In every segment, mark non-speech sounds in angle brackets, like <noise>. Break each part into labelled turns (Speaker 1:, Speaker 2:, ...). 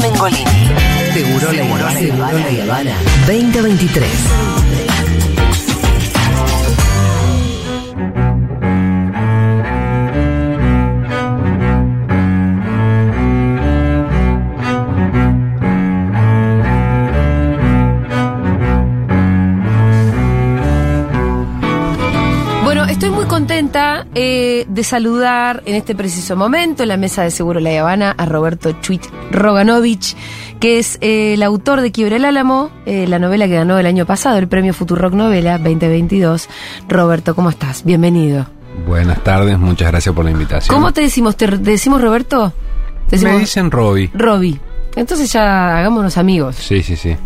Speaker 1: Mengolini.
Speaker 2: Seguro la Habana. Seguro la Habana. 2023.
Speaker 3: Bueno, estoy muy contenta eh, de saludar en este preciso momento en la mesa de Seguro La Habana a Roberto Chuit Roganovich, que es eh, el autor de Quiebre el Álamo, eh, la novela que ganó el año pasado el premio Futurock Novela 2022. Roberto, ¿cómo estás? Bienvenido.
Speaker 4: Buenas tardes, muchas gracias por la invitación.
Speaker 3: ¿Cómo te decimos? ¿Te, te decimos Roberto? Te
Speaker 4: Me
Speaker 3: decimos
Speaker 4: dicen Robbie.
Speaker 3: Roby. Entonces ya hagámonos amigos.
Speaker 4: Sí, sí, sí.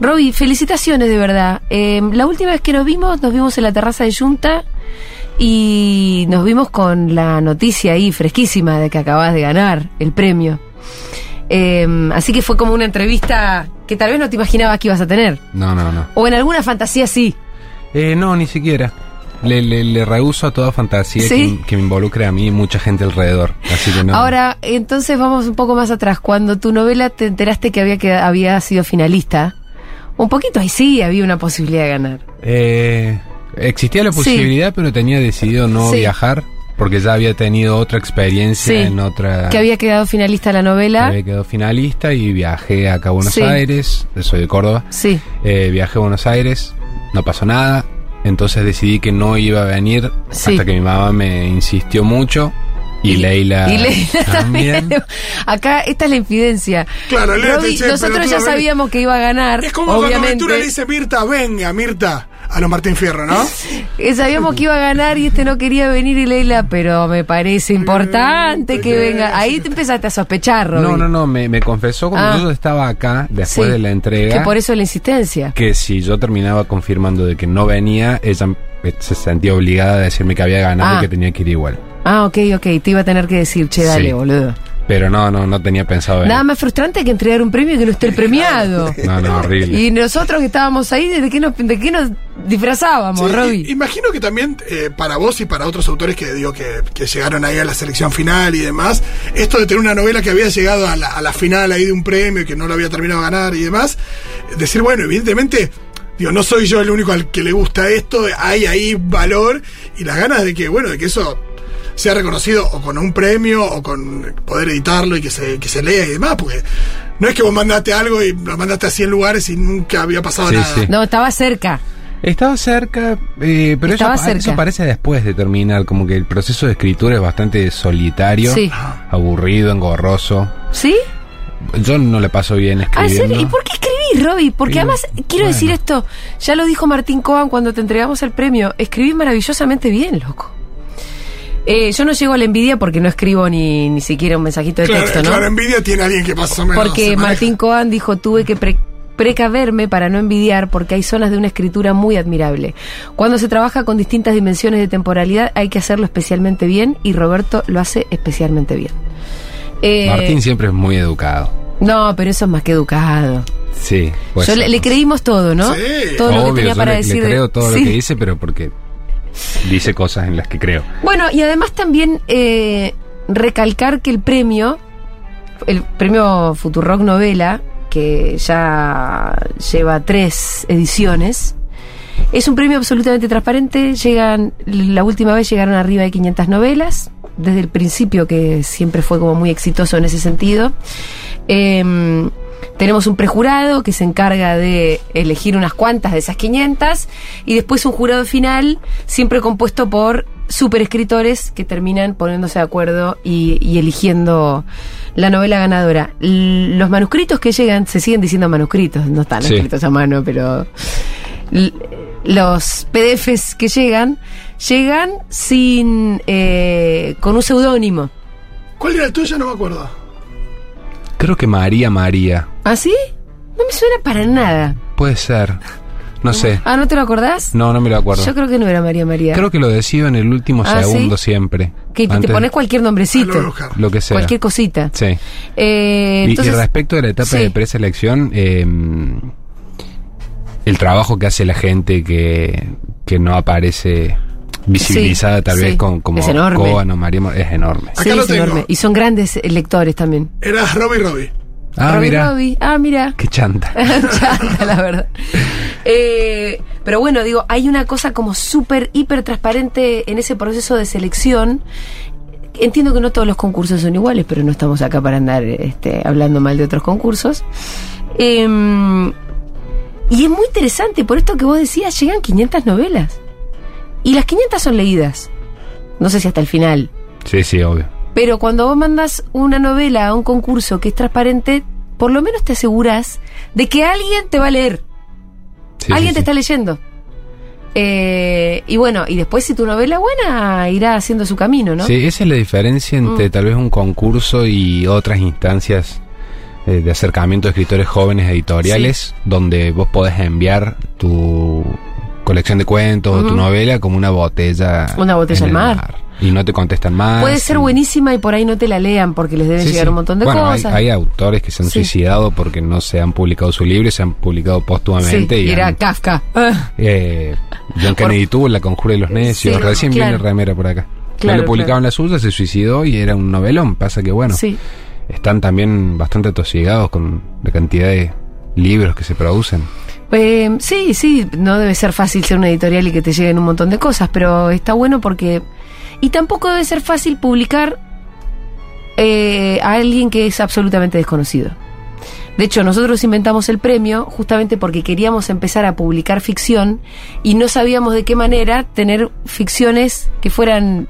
Speaker 3: Roby, felicitaciones de verdad. Eh, la última vez que nos vimos, nos vimos en la terraza de Junta y nos vimos con la noticia ahí fresquísima de que acabas de ganar el premio. Eh, así que fue como una entrevista que tal vez no te imaginabas que ibas a tener.
Speaker 4: No, no, no.
Speaker 3: O en alguna fantasía sí.
Speaker 4: Eh, no, ni siquiera. Le, le, le rehuso a toda fantasía
Speaker 3: ¿Sí?
Speaker 4: que, que me involucre a mí y mucha gente alrededor. Así que no.
Speaker 3: Ahora, entonces vamos un poco más atrás. Cuando tu novela te enteraste que había, que había sido finalista, un poquito ahí sí había una posibilidad de ganar.
Speaker 4: Eh, existía la
Speaker 3: Sí.
Speaker 4: posibilidad, pero tenía decidido no
Speaker 3: Sí.
Speaker 4: viajar porque ya había tenido otra experiencia
Speaker 3: Sí.
Speaker 4: en otra.
Speaker 3: Que había quedado finalista la novela.
Speaker 4: había quedado finalista y viajé acá a Buenos
Speaker 3: Sí.
Speaker 4: Aires. Soy de Córdoba.
Speaker 3: Sí.
Speaker 4: Eh, viajé a Buenos Aires, no pasó nada, entonces decidí que no iba a venir
Speaker 3: Sí.
Speaker 4: hasta que mi mamá me insistió mucho y, Leila,
Speaker 3: Y <laughs> Leila también. Acá, esta es la infidencia.
Speaker 5: Claro, léete,
Speaker 3: Roby,
Speaker 5: che,
Speaker 3: nosotros
Speaker 5: pelotudo,
Speaker 3: ya
Speaker 5: ven.
Speaker 3: sabíamos que iba a ganar.
Speaker 5: Es como cuando
Speaker 3: obviamente.
Speaker 5: Ventura le dice Mirta, venga, Mirta, a los Martín Fierro, ¿no?
Speaker 3: Eh, Sabíamos que iba a ganar y este no quería venir y Leila, pero me parece importante que venga. Ahí te empezaste a sospechar, Roby.
Speaker 4: No, no, no, me, me confesó cuando
Speaker 3: Ah.
Speaker 4: yo estaba acá, después
Speaker 3: Sí.
Speaker 4: de la entrega,
Speaker 3: Que por eso la insistencia.
Speaker 4: que si yo terminaba confirmando de que no venía, ella eh, se sentía obligada a decirme que había ganado
Speaker 3: Ah.
Speaker 4: y que tenía que ir igual.
Speaker 3: Ah, ok, ok. Te iba a tener que decir, che, dale,
Speaker 4: Sí.
Speaker 3: boludo.
Speaker 4: Pero no, no, no tenía pensado venir.
Speaker 3: Nada más frustrante que entregar un premio y que no esté el premiado.
Speaker 4: <laughs> No, no, horrible.
Speaker 3: y nosotros que estábamos ahí, ¿de qué nos, de qué nos disfrazábamos,
Speaker 5: Sí,
Speaker 3: Roby?
Speaker 5: i- Imagino que también eh, para vos y para otros autores que digo que, que llegaron ahí a la selección final y demás, esto de tener una novela que había llegado a la, a la final ahí de un premio y que no lo había terminado de ganar y demás, decir, bueno, evidentemente, digo, no soy yo el único al que le gusta esto, hay ahí valor y las ganas de que, bueno, de que eso sea reconocido o con un premio o con poder editarlo y que se, que se lea y demás, porque no es que vos mandaste algo y lo mandaste a 100 lugares y nunca había pasado
Speaker 4: Sí,
Speaker 5: nada.
Speaker 4: sí.
Speaker 3: No, estaba cerca.
Speaker 4: Estaba cerca, eh, pero eso,
Speaker 3: Estaba
Speaker 4: eso
Speaker 3: cerca.
Speaker 4: aparece después de terminar, como que el proceso de escritura es bastante solitario,
Speaker 3: Sí.
Speaker 4: aburrido, engorroso.
Speaker 3: ¿sí.
Speaker 4: Yo no le paso bien
Speaker 3: Ah, ¿en serio?
Speaker 4: escribiendo.
Speaker 3: ¿Y por qué escribís, Roby? Porque
Speaker 4: Y-
Speaker 3: además, quiero
Speaker 4: bueno.
Speaker 3: decir esto, ya lo dijo Martín Coan cuando te entregamos el premio, escribís maravillosamente bien, loco. Eh, yo no llego a la envidia porque no escribo ni, ni siquiera un mensajito de
Speaker 5: Claro,
Speaker 3: texto, ¿no?
Speaker 5: claro, envidia tiene alguien que más o menos.
Speaker 3: porque
Speaker 5: se maneja.
Speaker 3: Martín Coan dijo, tuve que pre- precaverme para no envidiar porque hay zonas de una escritura muy admirable. Cuando se trabaja con distintas dimensiones de temporalidad hay que hacerlo especialmente bien y Roberto lo hace especialmente bien. Eh,
Speaker 4: Martín siempre es muy educado.
Speaker 3: No, pero eso es más que educado.
Speaker 4: Pues Sí. puede
Speaker 3: Yo
Speaker 4: ser,
Speaker 3: le, le
Speaker 4: ¿no?
Speaker 3: creímos todo, ¿no?
Speaker 5: Sí.
Speaker 3: Todo lo que
Speaker 4: Obvio,
Speaker 3: tenía
Speaker 4: yo
Speaker 3: para
Speaker 4: le- le
Speaker 3: decir. de-
Speaker 4: creo todo
Speaker 3: Sí.
Speaker 4: lo que dice, pero porque dice cosas en las que creo.
Speaker 3: Bueno, y además también eh, recalcar que el premio, el premio Futurock Novela, que ya lleva tres ediciones, es un premio absolutamente transparente. Llegan, la última vez llegaron arriba de 500 novelas, desde el principio que siempre fue como muy exitoso en ese sentido. Em, tenemos un prejurado que se encarga de elegir unas cuantas de esas 500 y después un jurado final siempre compuesto por superescritores que terminan poniéndose de acuerdo y, y eligiendo la novela ganadora. L- los manuscritos que llegan se siguen diciendo manuscritos, no están
Speaker 4: Sí.
Speaker 3: escritos a mano, pero l- los PDFs que llegan llegan sin eh, con un seudónimo.
Speaker 5: ¿Cuál era el tuyo? No me acuerdo.
Speaker 4: Creo que María María.
Speaker 3: ¿Ah, sí? No me suena para nada.
Speaker 4: Puede ser. No sé.
Speaker 3: Ah, ¿no te lo acordás?
Speaker 4: No, no me lo acuerdo.
Speaker 3: Yo creo que no era María María.
Speaker 4: Creo que lo decido en el último
Speaker 3: Ah, ¿sí?
Speaker 4: segundo siempre.
Speaker 3: que te- te,
Speaker 4: Antes-
Speaker 3: pones cualquier
Speaker 5: Ah, lo voy a
Speaker 3: nombrecito,
Speaker 5: buscar.
Speaker 4: lo que sea.
Speaker 3: cualquier cosita.
Speaker 4: Sí.
Speaker 3: Eh,
Speaker 4: Y-
Speaker 3: entonces,
Speaker 4: y, respecto a la etapa
Speaker 3: sí.
Speaker 4: de preselección, eh, el trabajo que hace la gente que, que no aparece visibilizada
Speaker 3: Sí,
Speaker 4: tal vez
Speaker 3: sí.
Speaker 4: con, como
Speaker 3: Es enorme.
Speaker 4: Coan o María Mor- es enorme.
Speaker 3: sí,
Speaker 5: Acá lo
Speaker 3: es
Speaker 5: tengo.
Speaker 3: enorme. Y son grandes eh, lectores también.
Speaker 5: Era Robbie Robbie.
Speaker 4: Ah,
Speaker 3: Robbie
Speaker 4: mira.
Speaker 3: Robbie. Ah, mira.
Speaker 4: Qué chanta.
Speaker 3: <laughs> Chata, la verdad. Eh, pero bueno, digo, hay una cosa como súper, hiper transparente en ese proceso de selección. Entiendo que no todos los concursos son iguales, pero no estamos acá para andar este, hablando mal de otros concursos. Em, y es muy interesante, por esto que vos decías, llegan 500 novelas. Y las 500 son leídas. No sé si hasta el final.
Speaker 4: Sí, sí, obvio.
Speaker 3: Pero cuando vos mandas una novela a un concurso que es transparente, por lo menos te aseguras de que alguien te va a leer.
Speaker 4: Sí,
Speaker 3: alguien
Speaker 4: sí,
Speaker 3: te
Speaker 4: sí.
Speaker 3: está leyendo. Eh, y bueno, y después si tu novela es buena, irá haciendo su camino, ¿no?
Speaker 4: Sí, esa es la diferencia entre
Speaker 3: Mm.
Speaker 4: tal vez un concurso y otras instancias eh, de acercamiento de escritores jóvenes editoriales, donde vos podés enviar tu colección de cuentos o tu
Speaker 3: Ujú.
Speaker 4: novela como una botella.
Speaker 3: Una botella
Speaker 4: en
Speaker 3: al
Speaker 4: el
Speaker 3: mar.
Speaker 4: Y no te contestan más.
Speaker 3: Puede ser
Speaker 4: y-
Speaker 3: buenísima y por ahí no te la lean porque les deben
Speaker 4: Ah, Sí,
Speaker 3: llegar
Speaker 4: sí.
Speaker 3: un montón de
Speaker 4: Bueno, hay-
Speaker 3: cosas.
Speaker 4: Hay, autores que se han
Speaker 3: Sí.
Speaker 4: suicidado porque no se han publicado su libro y se han publicado
Speaker 3: sí,
Speaker 4: póstumamente. y
Speaker 3: era
Speaker 4: han-
Speaker 3: Kafka. Ah,
Speaker 4: eh,
Speaker 3: Por-
Speaker 4: John Kennedy tuvo La Conjura de los Necios.
Speaker 3: Sí,
Speaker 4: Recién
Speaker 3: claro.
Speaker 4: viene Remera por acá.
Speaker 3: Claro,
Speaker 4: no le publicaban la suya, se suicidó y era un novelón. Pasa que, bueno,
Speaker 3: sí.
Speaker 4: están también bastante atosigados con la cantidad de libros que se producen.
Speaker 3: Eh, sí, sí, no debe ser fácil ser una editorial y que te lleguen un montón de cosas, pero está bueno porque... Y tampoco debe ser fácil publicar eh, a alguien que es absolutamente desconocido. De hecho, nosotros inventamos el premio justamente porque queríamos empezar a publicar ficción y no sabíamos de qué manera tener ficciones que fueran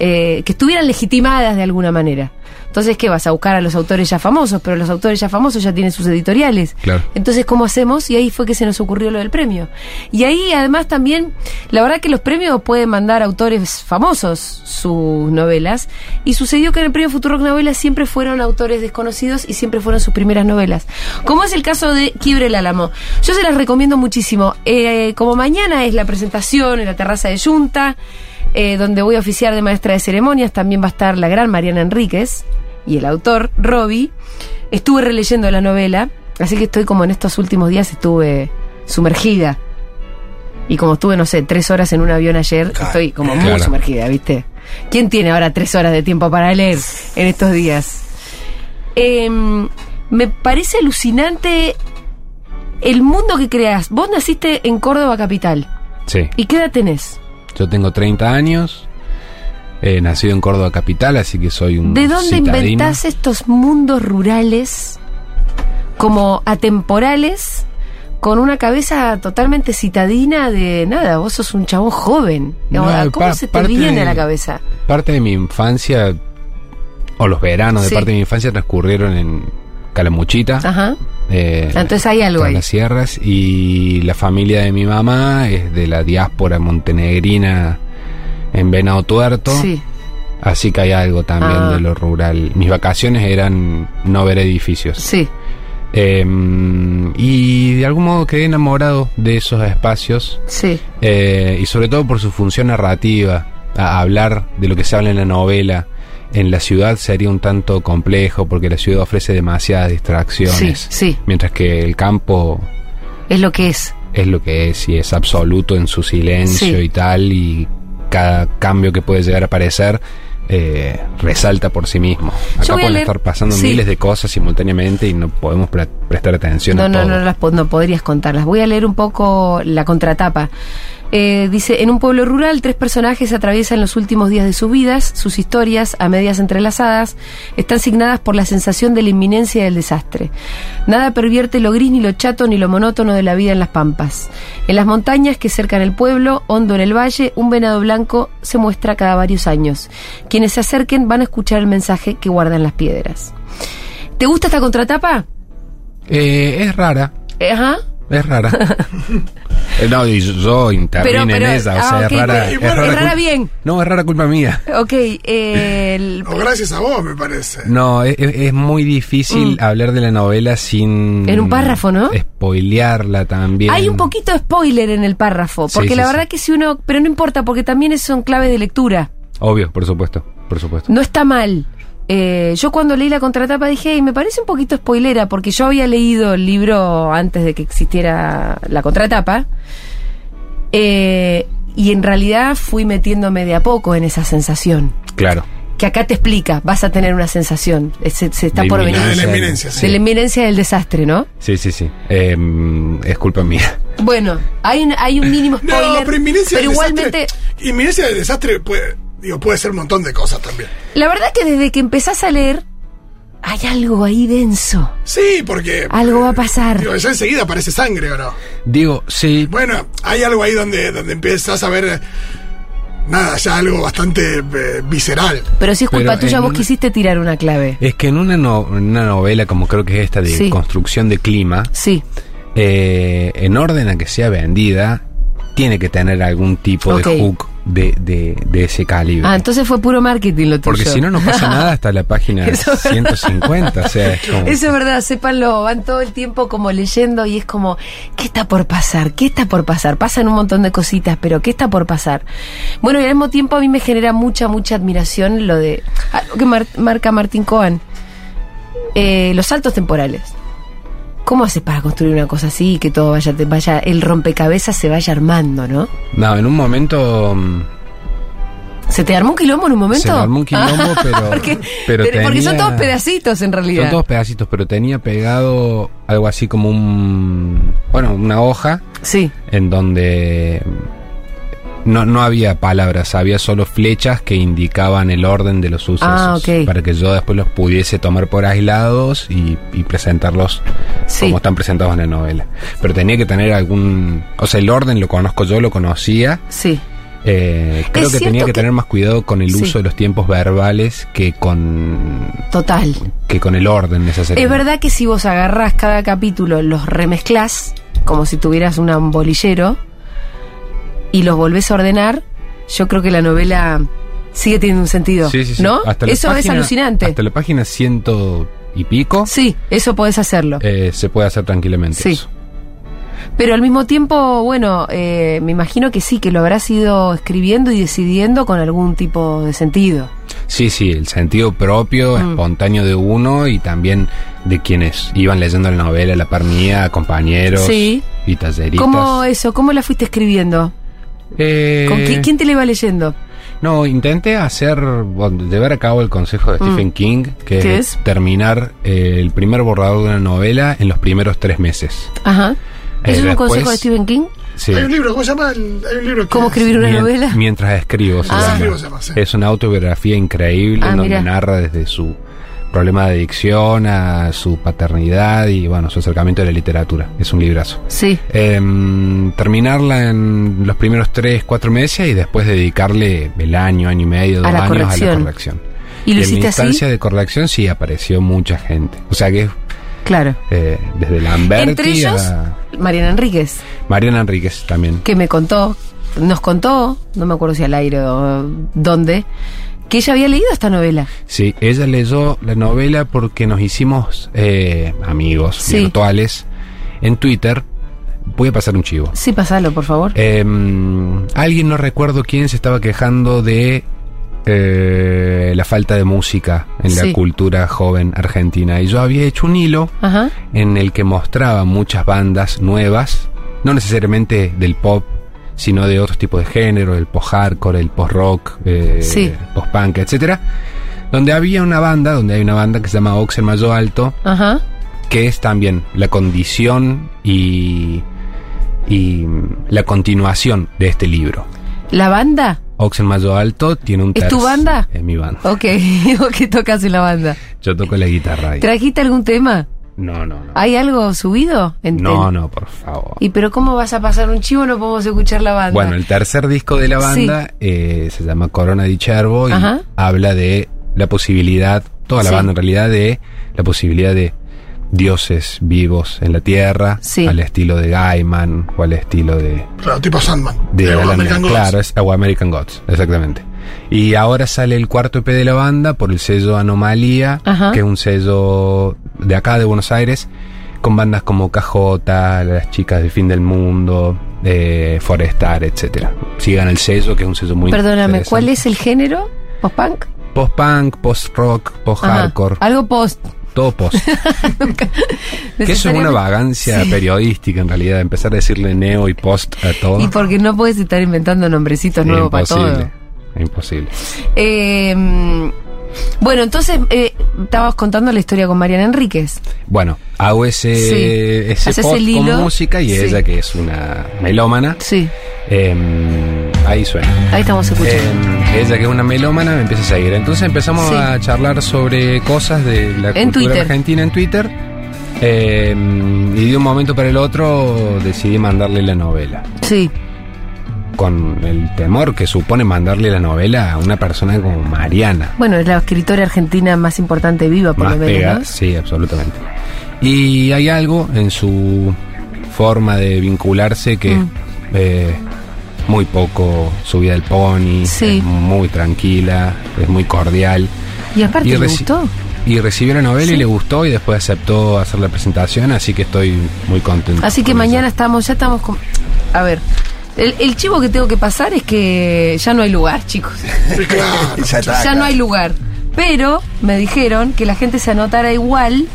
Speaker 3: eh, que estuvieran legitimadas de alguna manera. Entonces, ¿qué vas a buscar a los autores ya famosos? Pero los autores ya famosos ya tienen sus editoriales.
Speaker 4: Claro.
Speaker 3: Entonces, ¿cómo hacemos? Y ahí fue que se nos ocurrió lo del premio. Y ahí, además, también, la verdad que los premios pueden mandar autores famosos sus novelas. Y sucedió que en el premio Futuro Novelas siempre fueron autores desconocidos y siempre fueron sus primeras novelas. Como es el caso de Quiebre el Álamo. Yo se las recomiendo muchísimo. Eh, como mañana es la presentación en la terraza de Junta eh, donde voy a oficiar de maestra de ceremonias. También va a estar la gran Mariana Enríquez y el autor, Robbie. Estuve releyendo la novela, así que estoy como en estos últimos días estuve sumergida. Y como estuve, no sé, tres horas en un avión ayer,
Speaker 5: Claro.
Speaker 3: estoy como muy
Speaker 4: Claro.
Speaker 3: sumergida, ¿viste? ¿Quién tiene ahora tres horas de tiempo para leer en estos días? Em, me parece alucinante el mundo que creas. Vos naciste en Córdoba capital.
Speaker 4: Sí.
Speaker 3: ¿Y qué edad tenés?
Speaker 4: Yo tengo 30 años, eh, nacido en Córdoba capital, así que soy un
Speaker 3: ¿De dónde
Speaker 4: citadino.
Speaker 3: inventás estos mundos rurales como atemporales con una cabeza totalmente citadina de nada? Vos sos un chabón joven.
Speaker 4: No,
Speaker 3: ¿Cómo
Speaker 4: pa-
Speaker 3: se te
Speaker 4: parte
Speaker 3: viene a la
Speaker 4: de-
Speaker 3: cabeza?
Speaker 4: Parte de mi infancia, o los veranos de
Speaker 3: Sí.
Speaker 4: parte de mi infancia, transcurrieron en Calamuchita.
Speaker 3: Ajá.
Speaker 4: eh,
Speaker 3: Entonces hay algo
Speaker 4: tras
Speaker 3: ahí.
Speaker 4: las sierras y la familia de mi mamá es de la diáspora montenegrina en Venado Tuerto,
Speaker 3: Sí.
Speaker 4: así que hay algo también
Speaker 3: Ah.
Speaker 4: de lo rural. Mis vacaciones eran no ver edificios.
Speaker 3: Sí.
Speaker 4: Eh, y de algún modo quedé enamorado de esos espacios
Speaker 3: Sí.
Speaker 4: eh, y sobre todo por su función narrativa, a hablar de lo que se habla en la novela. En la ciudad sería un tanto complejo porque la ciudad ofrece demasiadas
Speaker 3: Sí.
Speaker 4: distracciones,
Speaker 3: Sí.
Speaker 4: mientras que el campo
Speaker 3: Es lo que es.
Speaker 4: es lo que es y es absoluto en su
Speaker 3: Sí.
Speaker 4: silencio y tal y cada cambio que puede llegar a aparecer eh, resalta por sí mismo. Acá
Speaker 3: voy a
Speaker 4: pueden
Speaker 3: leer-
Speaker 4: estar pasando
Speaker 3: sí.
Speaker 4: miles de cosas simultáneamente y no podemos pre- prestar atención
Speaker 3: No,
Speaker 4: a
Speaker 3: no,
Speaker 4: todo.
Speaker 3: no las po- no podrías contarlas. Voy a leer un poco la contratapa. Eh, dice, en un pueblo rural, tres personajes atraviesan los últimos días de sus vidas, sus historias, a medias entrelazadas, están signadas por la sensación de la inminencia del desastre. Nada pervierte lo gris, ni lo chato, ni lo monótono de la vida en las pampas. En las montañas que cercan el pueblo, hondo en el valle, un venado blanco se muestra cada varios años. Quienes se acerquen van a escuchar el mensaje que guardan las piedras. ¿Te gusta esta contratapa?
Speaker 4: Eh, es rara,
Speaker 3: Ajá.
Speaker 4: es rara.
Speaker 3: <laughs>
Speaker 4: Eh, no, y yo- yo intervino
Speaker 3: Pero- pero-
Speaker 4: en esa, o
Speaker 3: ah,
Speaker 4: sea,
Speaker 3: ok,
Speaker 4: es rara.
Speaker 3: pero-
Speaker 5: es
Speaker 4: cul-
Speaker 3: rara bien.
Speaker 4: No, es rara culpa mía.
Speaker 3: Ok, eh, el-
Speaker 5: O gracias a vos, me parece.
Speaker 4: No, es, es- es muy difícil hablar de la novela sin...
Speaker 3: Mm. En un párrafo, ¿no?
Speaker 4: Spoilearla también.
Speaker 3: hay un poquito de spoiler en el párrafo,
Speaker 4: Sí,
Speaker 3: porque
Speaker 4: sí,
Speaker 3: la
Speaker 4: sí.
Speaker 3: verdad que si uno, pero no importa, porque también es- son claves de lectura.
Speaker 4: Obvio, por supuesto, por supuesto.
Speaker 3: No está mal. Eh, yo cuando leí la contratapa dije, "Ey, me parece un poquito spoilera, porque yo había leído el libro antes de que existiera la contratapa. Eh, y en realidad fui metiéndome de a poco en esa sensación.
Speaker 4: Claro.
Speaker 3: que acá te explica, vas a tener una sensación, se, se está
Speaker 4: De
Speaker 3: por venir.
Speaker 4: inminencia.
Speaker 5: De la eminencia, sí.
Speaker 3: De la inminencia del desastre, ¿no?
Speaker 4: Sí, sí, sí. Eh, es culpa mía. <laughs>
Speaker 3: Bueno, hay, un- hay un mínimo
Speaker 5: <laughs> No,
Speaker 3: spoiler,
Speaker 5: pero inminencia
Speaker 3: pero
Speaker 5: del
Speaker 3: igualmente,
Speaker 5: desastre. Inminencia del desastre puede, digo, puede ser un montón de cosas también.
Speaker 3: la verdad que desde que empezás a leer, hay algo ahí denso.
Speaker 5: Sí, porque. eh,
Speaker 3: Algo va a pasar.
Speaker 5: Digo, ya enseguida aparece sangre o no.
Speaker 4: Digo, sí,
Speaker 5: Bueno, hay algo ahí donde, donde empiezas a ver. eh, Nada, ya algo bastante eh, visceral.
Speaker 3: Pero si es culpa
Speaker 4: Pero
Speaker 3: tuya,
Speaker 4: en
Speaker 3: vos
Speaker 4: una-
Speaker 3: quisiste tirar una clave.
Speaker 4: es que en una, no- una novela como creo que es esta de
Speaker 3: Sí.
Speaker 4: construcción de clima,
Speaker 3: Sí,
Speaker 4: eh, en orden a que sea vendida, tiene que tener algún tipo
Speaker 3: Ok.
Speaker 4: de hook de, de- de ese calibre.
Speaker 3: Ah, entonces fue puro marketing lo tuyo.
Speaker 4: Porque si no, no
Speaker 3: <laughs>
Speaker 4: pasa nada hasta la página
Speaker 3: Eso es verdad.
Speaker 4: 150. O sea, es como-
Speaker 3: Eso es verdad, sépanlo, van todo el tiempo como leyendo y es como, ¿qué está por pasar? ¿Qué está por pasar? Pasan un montón de cositas, pero ¿qué está por pasar? Bueno, y al mismo tiempo a mí me genera mucha, mucha admiración lo de algo que mar- marca Martín Cohen, eh, los saltos temporales. ¿Cómo haces para construir una cosa así y que todo vaya, te vaya, el rompecabezas se vaya armando, ¿no?
Speaker 4: No, en un momento mm,
Speaker 3: ¿Se te armó un quilombo en un momento? Ah,
Speaker 4: se me armó
Speaker 3: <laughs>
Speaker 4: un quilombo, pero,
Speaker 3: porque,
Speaker 4: pero
Speaker 3: pero- porque son
Speaker 4: tenía-
Speaker 3: todos pedacitos en realidad.
Speaker 4: Son todos pedacitos, pero tenía pegado algo así como un. Bueno, una hoja
Speaker 3: Sí.
Speaker 4: en donde. No, no había palabras, había solo flechas que indicaban el orden de los sucesos.
Speaker 3: Ah, ok.
Speaker 4: Para que yo después los pudiese tomar por aislados y, y presentarlos
Speaker 3: Sí.
Speaker 4: como están presentados en la novela. Pero tenía que tener algún. O sea, el orden lo conozco yo, lo conocía.
Speaker 3: Sí.
Speaker 4: Eh, creo
Speaker 3: Es
Speaker 4: que tenía
Speaker 3: cierto que-
Speaker 4: que, tener más cuidado con el
Speaker 3: Sí.
Speaker 4: uso de los tiempos verbales que con
Speaker 3: Total.
Speaker 4: que con el orden necesariamente.
Speaker 3: Es verdad que si vos agarrás cada capítulo, los remezclás, como si tuvieras una- un bolillero, y los volvés a ordenar, yo creo que la novela sigue teniendo un sentido.
Speaker 4: Sí, sí, sí.
Speaker 3: ¿No?
Speaker 4: Hasta la
Speaker 3: eso es
Speaker 4: página-
Speaker 3: alucinante.
Speaker 4: Hasta la página ciento y pico
Speaker 3: Sí, eso podés hacerlo.
Speaker 4: eh, se puede hacer tranquilamente.
Speaker 3: Sí.
Speaker 4: eso.
Speaker 3: Pero al mismo tiempo, bueno, eh, me imagino que sí, que lo habrás ido escribiendo y decidiendo con algún tipo de sentido.
Speaker 4: sí, sí, el sentido propio,
Speaker 3: Mm.
Speaker 4: espontáneo de uno y también de quienes iban leyendo la novela a la par mía, compañeros
Speaker 3: Sí.
Speaker 4: y talleristas.
Speaker 3: ¿Cómo eso? ¿Cómo la fuiste escribiendo?
Speaker 4: Eh,
Speaker 3: ¿Con qui- quién te la iba leyendo?
Speaker 4: No, intenté hacer, bueno, llevar a cabo el consejo de Stephen King, que
Speaker 3: Mm. ¿Qué
Speaker 4: es,
Speaker 3: es?
Speaker 4: terminar eh, el primer borrador de una novela en los primeros tres meses.
Speaker 3: Ajá.
Speaker 4: Eh,
Speaker 3: ¿Eso es un
Speaker 4: después-
Speaker 3: consejo de Stephen King?
Speaker 4: Sí.
Speaker 3: Ah,
Speaker 5: Hay un libro, ¿cómo se llama? El- hay un libro que
Speaker 3: ¿Cómo
Speaker 5: es-
Speaker 3: escribir una
Speaker 4: Mien-
Speaker 3: novela?
Speaker 4: Mientras escribo. se
Speaker 3: Ah.
Speaker 4: llama.
Speaker 5: Escribo se llama, sí.
Speaker 4: Es una autobiografía increíble
Speaker 3: Ah,
Speaker 4: en donde
Speaker 3: mirá.
Speaker 4: narra desde su problema de adicción a su paternidad y bueno, su acercamiento a la literatura. Es un librazo.
Speaker 3: Sí.
Speaker 4: Em, terminarla en los primeros tres, cuatro meses y después dedicarle el año, año y medio, dos
Speaker 3: A la
Speaker 4: años a
Speaker 3: corrección.
Speaker 4: la corrección.
Speaker 3: ¿Y lo
Speaker 4: en la
Speaker 3: hiciste así?
Speaker 4: instancia de corrección sí apareció mucha gente. O sea que
Speaker 3: Claro.
Speaker 4: eh, desde Lamberti
Speaker 3: Entre ellos,
Speaker 4: a
Speaker 3: Mariana Enríquez,
Speaker 4: Mariana Enríquez también.
Speaker 3: que me contó, nos contó, no me acuerdo si al aire o dónde, que ella había leído esta novela.
Speaker 4: Sí, ella leyó la novela porque nos hicimos eh, amigos
Speaker 3: Sí.
Speaker 4: virtuales en Twitter. Voy a pasar un chivo.
Speaker 3: Sí, pasalo, por favor.
Speaker 4: Eh, alguien, no recuerdo quién, se estaba quejando de eh, la falta de música en
Speaker 3: Sí.
Speaker 4: la cultura joven argentina. Y yo había hecho un hilo
Speaker 3: Ajá.
Speaker 4: en el que mostraba muchas bandas nuevas, no necesariamente del pop, sino de otros tipos de género, el post-hardcore, el post-rock, eh,
Speaker 3: Sí.
Speaker 4: post-punk, etcétera, Donde había una banda, donde hay una banda que se llama Oxen Mayo Alto,
Speaker 3: Ajá.
Speaker 4: que es también la condición y, y la continuación de este libro.
Speaker 3: ¿La banda?
Speaker 4: Oxen Mayo Alto tiene un
Speaker 3: ¿Es tu
Speaker 4: terc-
Speaker 3: banda?
Speaker 4: Es mi banda.
Speaker 3: Ok, <laughs> ¿o qué tocas en la banda?
Speaker 4: Yo toco la guitarra ahí.
Speaker 3: ¿Trajiste algún tema?
Speaker 4: No, no, no.
Speaker 3: ¿Hay algo subido? En-
Speaker 4: No,
Speaker 3: en-
Speaker 4: no, por favor.
Speaker 3: ¿Y pero cómo vas a pasar un chivo? No podemos escuchar la banda.
Speaker 4: Bueno, el tercer disco de la banda eh, se llama Corona di Chervo y
Speaker 3: Ajá.
Speaker 4: habla de la posibilidad, toda la
Speaker 3: Sí.
Speaker 4: banda en realidad, de la posibilidad de dioses vivos en la tierra,
Speaker 3: Sí.
Speaker 4: al estilo de Gaiman o al estilo de,
Speaker 5: Claro, tipo Sandman.
Speaker 4: de
Speaker 5: Digo,
Speaker 4: Alan
Speaker 5: American
Speaker 4: Moore.
Speaker 5: Gods.
Speaker 4: Claro, es o American Gods, exactamente. Y ahora sale el cuarto EP de la banda por el sello Anomalía,
Speaker 3: Ajá.
Speaker 4: que es un sello de acá, de Buenos Aires, con bandas como KJ, Las Chicas del Fin del Mundo, eh, Forestar, etcétera. Sigan el sello, que es un sello muy
Speaker 3: Perdóname,
Speaker 4: interesante.
Speaker 3: ¿cuál es el género? ¿Post-punk?
Speaker 4: Post-punk, post-rock,
Speaker 3: Ajá.
Speaker 4: post-hardcore,
Speaker 3: Algo post. <laughs>
Speaker 4: todo post. que eso es una
Speaker 3: Necesariamente-
Speaker 4: vagancia periodística en realidad, empezar a decirle neo y post a todo.
Speaker 3: Y porque no puedes estar inventando nombrecitos nuevos para todo.
Speaker 4: Imposible, imposible.
Speaker 3: Eh, Bueno, entonces eh, estabas contando la historia con Mariana Enríquez.
Speaker 4: Bueno, hago ese,
Speaker 3: Sí.
Speaker 4: ese
Speaker 3: Haces
Speaker 4: pod
Speaker 3: el
Speaker 4: con
Speaker 3: hilo.
Speaker 4: música y
Speaker 3: Sí.
Speaker 4: ella, que es una melómana,
Speaker 3: Sí,
Speaker 4: em, ahí suena.
Speaker 3: ahí estamos escuchando.
Speaker 4: Eh, ella que es una melómana me empieza a seguir. Entonces empezamos
Speaker 3: Sí.
Speaker 4: a charlar sobre cosas de la
Speaker 3: En
Speaker 4: cultura
Speaker 3: Twitter.
Speaker 4: argentina en Twitter. Eh, y de un momento para el otro decidí mandarle la novela.
Speaker 3: Sí,
Speaker 4: Con el temor que supone mandarle la novela a una persona como Mariana.
Speaker 3: bueno, es la escritora argentina más importante viva, por
Speaker 4: Más
Speaker 3: lo
Speaker 4: pega,
Speaker 3: menos.
Speaker 4: sí, absolutamente. Y hay algo en su forma de vincularse que
Speaker 3: Mm.
Speaker 4: eh, muy poco subida del pony,
Speaker 3: Sí.
Speaker 4: es muy tranquila, es muy cordial.
Speaker 3: ¿no? Y aparte,
Speaker 4: Y
Speaker 3: ¿le
Speaker 4: reci-
Speaker 3: gustó?
Speaker 4: Y recibió la novela
Speaker 3: Sí.
Speaker 4: y le gustó y después aceptó hacer la presentación, así que estoy muy contento.
Speaker 3: Así que
Speaker 4: con
Speaker 3: mañana
Speaker 4: eso.
Speaker 3: estamos, ya estamos con... A ver, el, el chivo que tengo que pasar es que ya no hay lugar, chicos.
Speaker 4: <laughs>
Speaker 5: Claro.
Speaker 1: Ya está
Speaker 3: Ya
Speaker 1: acá.
Speaker 3: no hay lugar. Pero me dijeron que la gente se anotara igual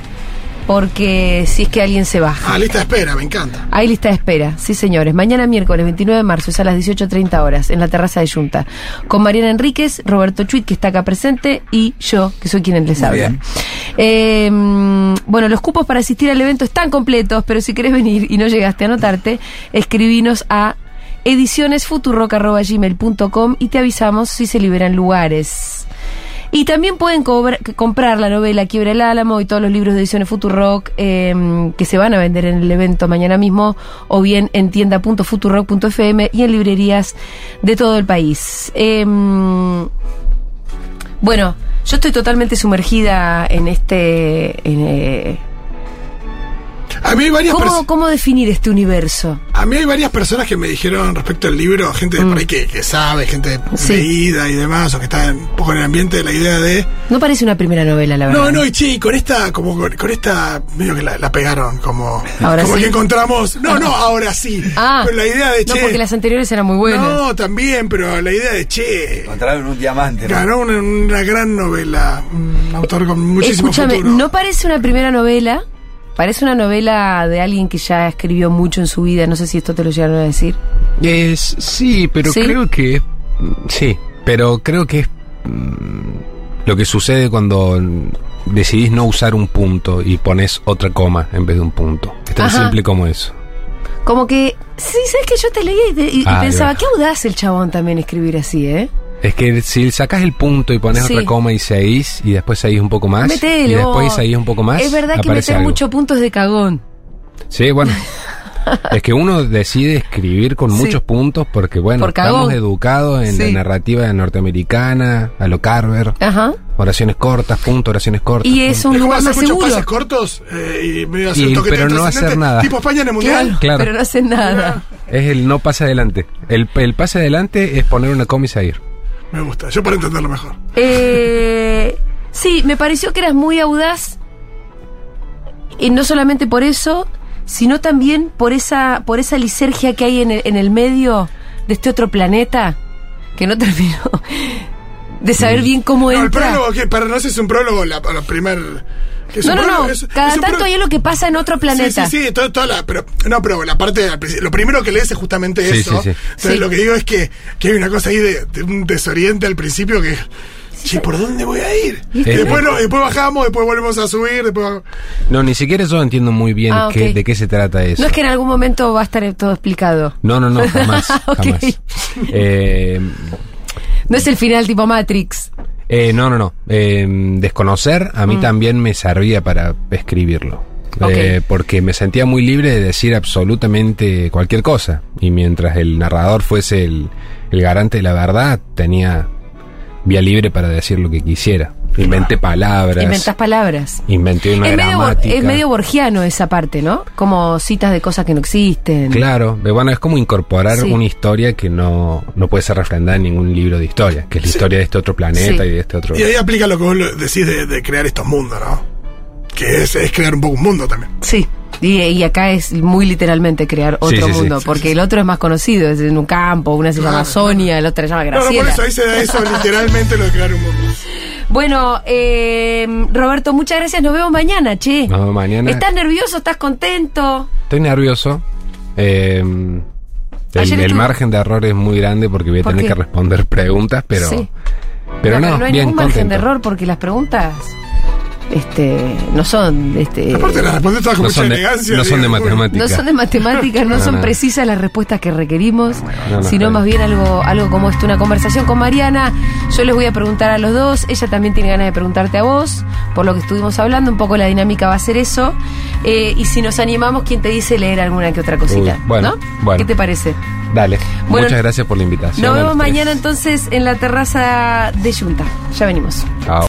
Speaker 3: porque si es que alguien se baja.
Speaker 5: Ah, lista de espera, me encanta.
Speaker 3: Hay lista de espera, sí señores. Mañana miércoles 29 de marzo es a las 18.30 horas en la terraza de Junta. Con Mariana Enríquez, Roberto Chuit, que está acá presente, y yo, que soy quien les
Speaker 1: Muy
Speaker 3: habla.
Speaker 1: bien.
Speaker 3: Eh, mm, bueno, los cupos para asistir al evento están completos, pero si querés venir y no llegaste a anotarte, escribinos a edicionesfuturoc.gmail.com y te avisamos si se liberan lugares. Y también pueden cobra- comprar la novela Quiebra el Álamo y todos los libros de ediciones Futurock eh, que se van a vender en el evento mañana mismo o bien en tienda.futurock.fm y en librerías de todo el país. Eh, bueno, yo estoy totalmente sumergida en este... en, eh,
Speaker 5: A mí hay varias
Speaker 3: ¿cómo,
Speaker 5: pers-
Speaker 3: ¿Cómo definir este universo?
Speaker 5: A mí hay varias personas que me dijeron respecto al libro, gente de por ahí que, que sabe, gente
Speaker 3: Mm. Sí.
Speaker 5: leída y demás, o que está en- un poco en el ambiente de la idea de.
Speaker 3: No parece una primera novela, la verdad.
Speaker 5: No, no, y sí, con esta, como con, con esta, medio que la, la pegaron, como,
Speaker 3: Ahora
Speaker 5: como
Speaker 3: sí.
Speaker 5: que encontramos. No, no, ahora sí.
Speaker 3: Ah,
Speaker 5: Con la idea de
Speaker 3: no,
Speaker 5: che.
Speaker 3: porque las anteriores eran muy buenas.
Speaker 5: no, también, pero la idea de che.
Speaker 1: Encontraron un diamante. ¿no?
Speaker 5: Ganó una, una gran novela, un autor con muchísimo
Speaker 3: Escúchame,
Speaker 5: futuro.
Speaker 3: no parece una primera novela, parece una novela de alguien que ya escribió mucho en su vida, no sé si esto te lo llegaron a decir.
Speaker 4: Es, sí, pero
Speaker 3: ¿Sí?
Speaker 4: creo que. Sí, pero creo que es. mm, Lo que sucede cuando decidís no usar un punto y pones otra coma en vez de un punto. Es tan
Speaker 3: Ajá.
Speaker 4: simple como eso.
Speaker 3: Como que, sí, sabes que yo te leía y, te- y- y
Speaker 4: Ah, ahí
Speaker 3: pensaba,
Speaker 4: va.
Speaker 3: qué audaz el chabón también escribir así, ¿eh?
Speaker 4: Es que si sacás el punto y pones
Speaker 3: Sí.
Speaker 4: otra coma y seguís, y después seguís un poco más,
Speaker 3: Metele,
Speaker 4: Ah, y después
Speaker 3: vos.
Speaker 4: seguís un poco más,
Speaker 3: es verdad que
Speaker 4: aparece
Speaker 3: meter
Speaker 4: algo.
Speaker 3: muchos puntos de cagón. <laughs>
Speaker 4: Sí, bueno. Es que uno decide escribir con
Speaker 3: Sí.
Speaker 4: muchos puntos porque, bueno,
Speaker 3: Por cagón.
Speaker 4: estamos educados en la
Speaker 3: Sí.
Speaker 4: narrativa norteamericana, a lo Carver,
Speaker 3: Ajá.
Speaker 4: oraciones cortas, punto, oraciones cortas.
Speaker 3: Y es
Speaker 4: punto.
Speaker 5: Es
Speaker 3: un
Speaker 5: como
Speaker 3: lugar
Speaker 5: hacer
Speaker 3: más
Speaker 5: muchos
Speaker 3: seguro.
Speaker 5: pases cortos eh, y medio hacer
Speaker 4: Y-
Speaker 5: un toque
Speaker 4: pero no hacer nada.
Speaker 5: Tipo España en el mundial.
Speaker 3: Claro,
Speaker 4: Claro.
Speaker 3: pero no hace nada.
Speaker 4: Es el no pase adelante. El, el pase adelante es poner una coma y seguir.
Speaker 5: Me gusta, yo para entenderlo mejor.
Speaker 3: Eh, sí, me pareció que eras muy audaz. Y no solamente por eso, sino también por esa, por esa lisergia que hay en el, en el medio de este otro planeta que no <laughs> terminó de
Speaker 4: Mm.
Speaker 3: saber bien cómo
Speaker 5: No, el
Speaker 3: entra.
Speaker 5: prólogo, que para no sé si es un prólogo, la, la primer. que es
Speaker 3: No,
Speaker 5: un
Speaker 3: no,
Speaker 5: prólogo,
Speaker 3: no.
Speaker 5: es-
Speaker 3: Cada
Speaker 5: es un
Speaker 3: tanto
Speaker 5: pró-
Speaker 3: hay lo que pasa en otro planeta.
Speaker 5: Sí, sí, sí, todo- toda la- pero, no, pero la parte, al principio- lo primero que lees es justamente
Speaker 4: Sí,
Speaker 5: eso.
Speaker 4: sí, sí.
Speaker 5: Entonces
Speaker 3: Sí.
Speaker 5: lo que digo es que, que hay una cosa ahí de, de un desoriente al principio que, che, ¿por dónde voy a ir? Y
Speaker 4: Eh,
Speaker 5: después,
Speaker 4: eh.
Speaker 5: no, después bajamos, después volvemos a subir, después... bajamos.
Speaker 4: No, ni siquiera yo entiendo muy bien
Speaker 3: Ah,
Speaker 4: qué-
Speaker 3: ok.
Speaker 4: de qué se trata eso.
Speaker 3: No es que en algún momento va a estar todo explicado. <laughs>
Speaker 4: no, no, no, jamás.
Speaker 3: Ok.
Speaker 4: jamás. Eh,
Speaker 3: <laughs> No es el final tipo Matrix.
Speaker 4: eh, no, no, no. Eh, desconocer a mí también me servía para escribirlo.
Speaker 3: Mm. Ok.
Speaker 4: Eh, porque me sentía muy libre de decir absolutamente cualquier cosa. Y mientras el narrador fuese el, el garante de la verdad, tenía vía libre para decir lo que quisiera. Inventé palabras.
Speaker 3: Inventás palabras.
Speaker 4: Inventé una
Speaker 3: es, medio, bor-
Speaker 4: gramática.
Speaker 3: es medio borgiano esa parte, ¿no? Como citas de cosas que no existen.
Speaker 4: Claro, de- bueno, es como incorporar
Speaker 3: Sí.
Speaker 4: una historia que no, no puede ser refrendada en ningún libro de historia, que es la historia de este otro planeta
Speaker 3: Sí.
Speaker 4: y de este otro.
Speaker 5: Y ahí aplica lo que vos lo- decís de, de crear estos mundos, ¿no? Que es, es crear un poco un mundo también.
Speaker 3: Sí. Y, y acá es muy literalmente crear otro
Speaker 4: sí, sí.
Speaker 3: mundo,
Speaker 4: Sí,
Speaker 3: porque el otro es más conocido, es en un campo, una se llama Sonia, la otra se llama
Speaker 5: No, no, por
Speaker 3: Graciela.
Speaker 5: eso ahí se da eso, literalmente lo de crear un mundo.
Speaker 3: Bueno, eh, Roberto, muchas gracias, nos vemos mañana, che.
Speaker 4: Nos vemos mañana.
Speaker 3: ¿Estás nervioso? ¿Estás contento?
Speaker 4: Estoy nervioso. eh, el-
Speaker 3: Ayer
Speaker 4: el,
Speaker 3: estuve-
Speaker 4: margen de error es muy grande porque voy a
Speaker 3: ¿Por
Speaker 4: tener
Speaker 3: qué?
Speaker 4: que responder preguntas, pero
Speaker 3: Sí.
Speaker 4: Pero
Speaker 3: No,
Speaker 4: no,
Speaker 3: pero no hay
Speaker 4: bien
Speaker 3: ningún margen
Speaker 4: contento.
Speaker 3: de error porque las preguntas este, no son este,
Speaker 5: Aparte, las respuestas todas con
Speaker 4: No
Speaker 5: mucha
Speaker 4: son de,
Speaker 5: elegancia.
Speaker 4: no son de
Speaker 5: digo, uy,
Speaker 4: matemática.
Speaker 3: no son de matemáticas, no,
Speaker 4: No,
Speaker 3: son
Speaker 4: no.
Speaker 3: precisas las respuestas que requerimos,
Speaker 4: No, no,
Speaker 3: sino
Speaker 4: está
Speaker 3: más
Speaker 4: bien.
Speaker 3: bien algo, algo como esto, una conversación con Mariana. Yo les voy a preguntar a los dos, ella también tiene ganas de preguntarte a vos, por lo que estuvimos hablando, un poco la dinámica va a ser eso. Eh, y si nos animamos, ¿quién te dice leer alguna que otra cosita?
Speaker 4: Uy, bueno,
Speaker 3: ¿no?
Speaker 4: bueno.
Speaker 3: ¿Qué te parece?
Speaker 4: Dale.
Speaker 3: Bueno,
Speaker 4: Muchas gracias por la invitación.
Speaker 3: Nos
Speaker 4: a los
Speaker 3: vemos
Speaker 4: tres.
Speaker 3: mañana entonces en la terraza de Junta. Ya venimos.
Speaker 4: Chao.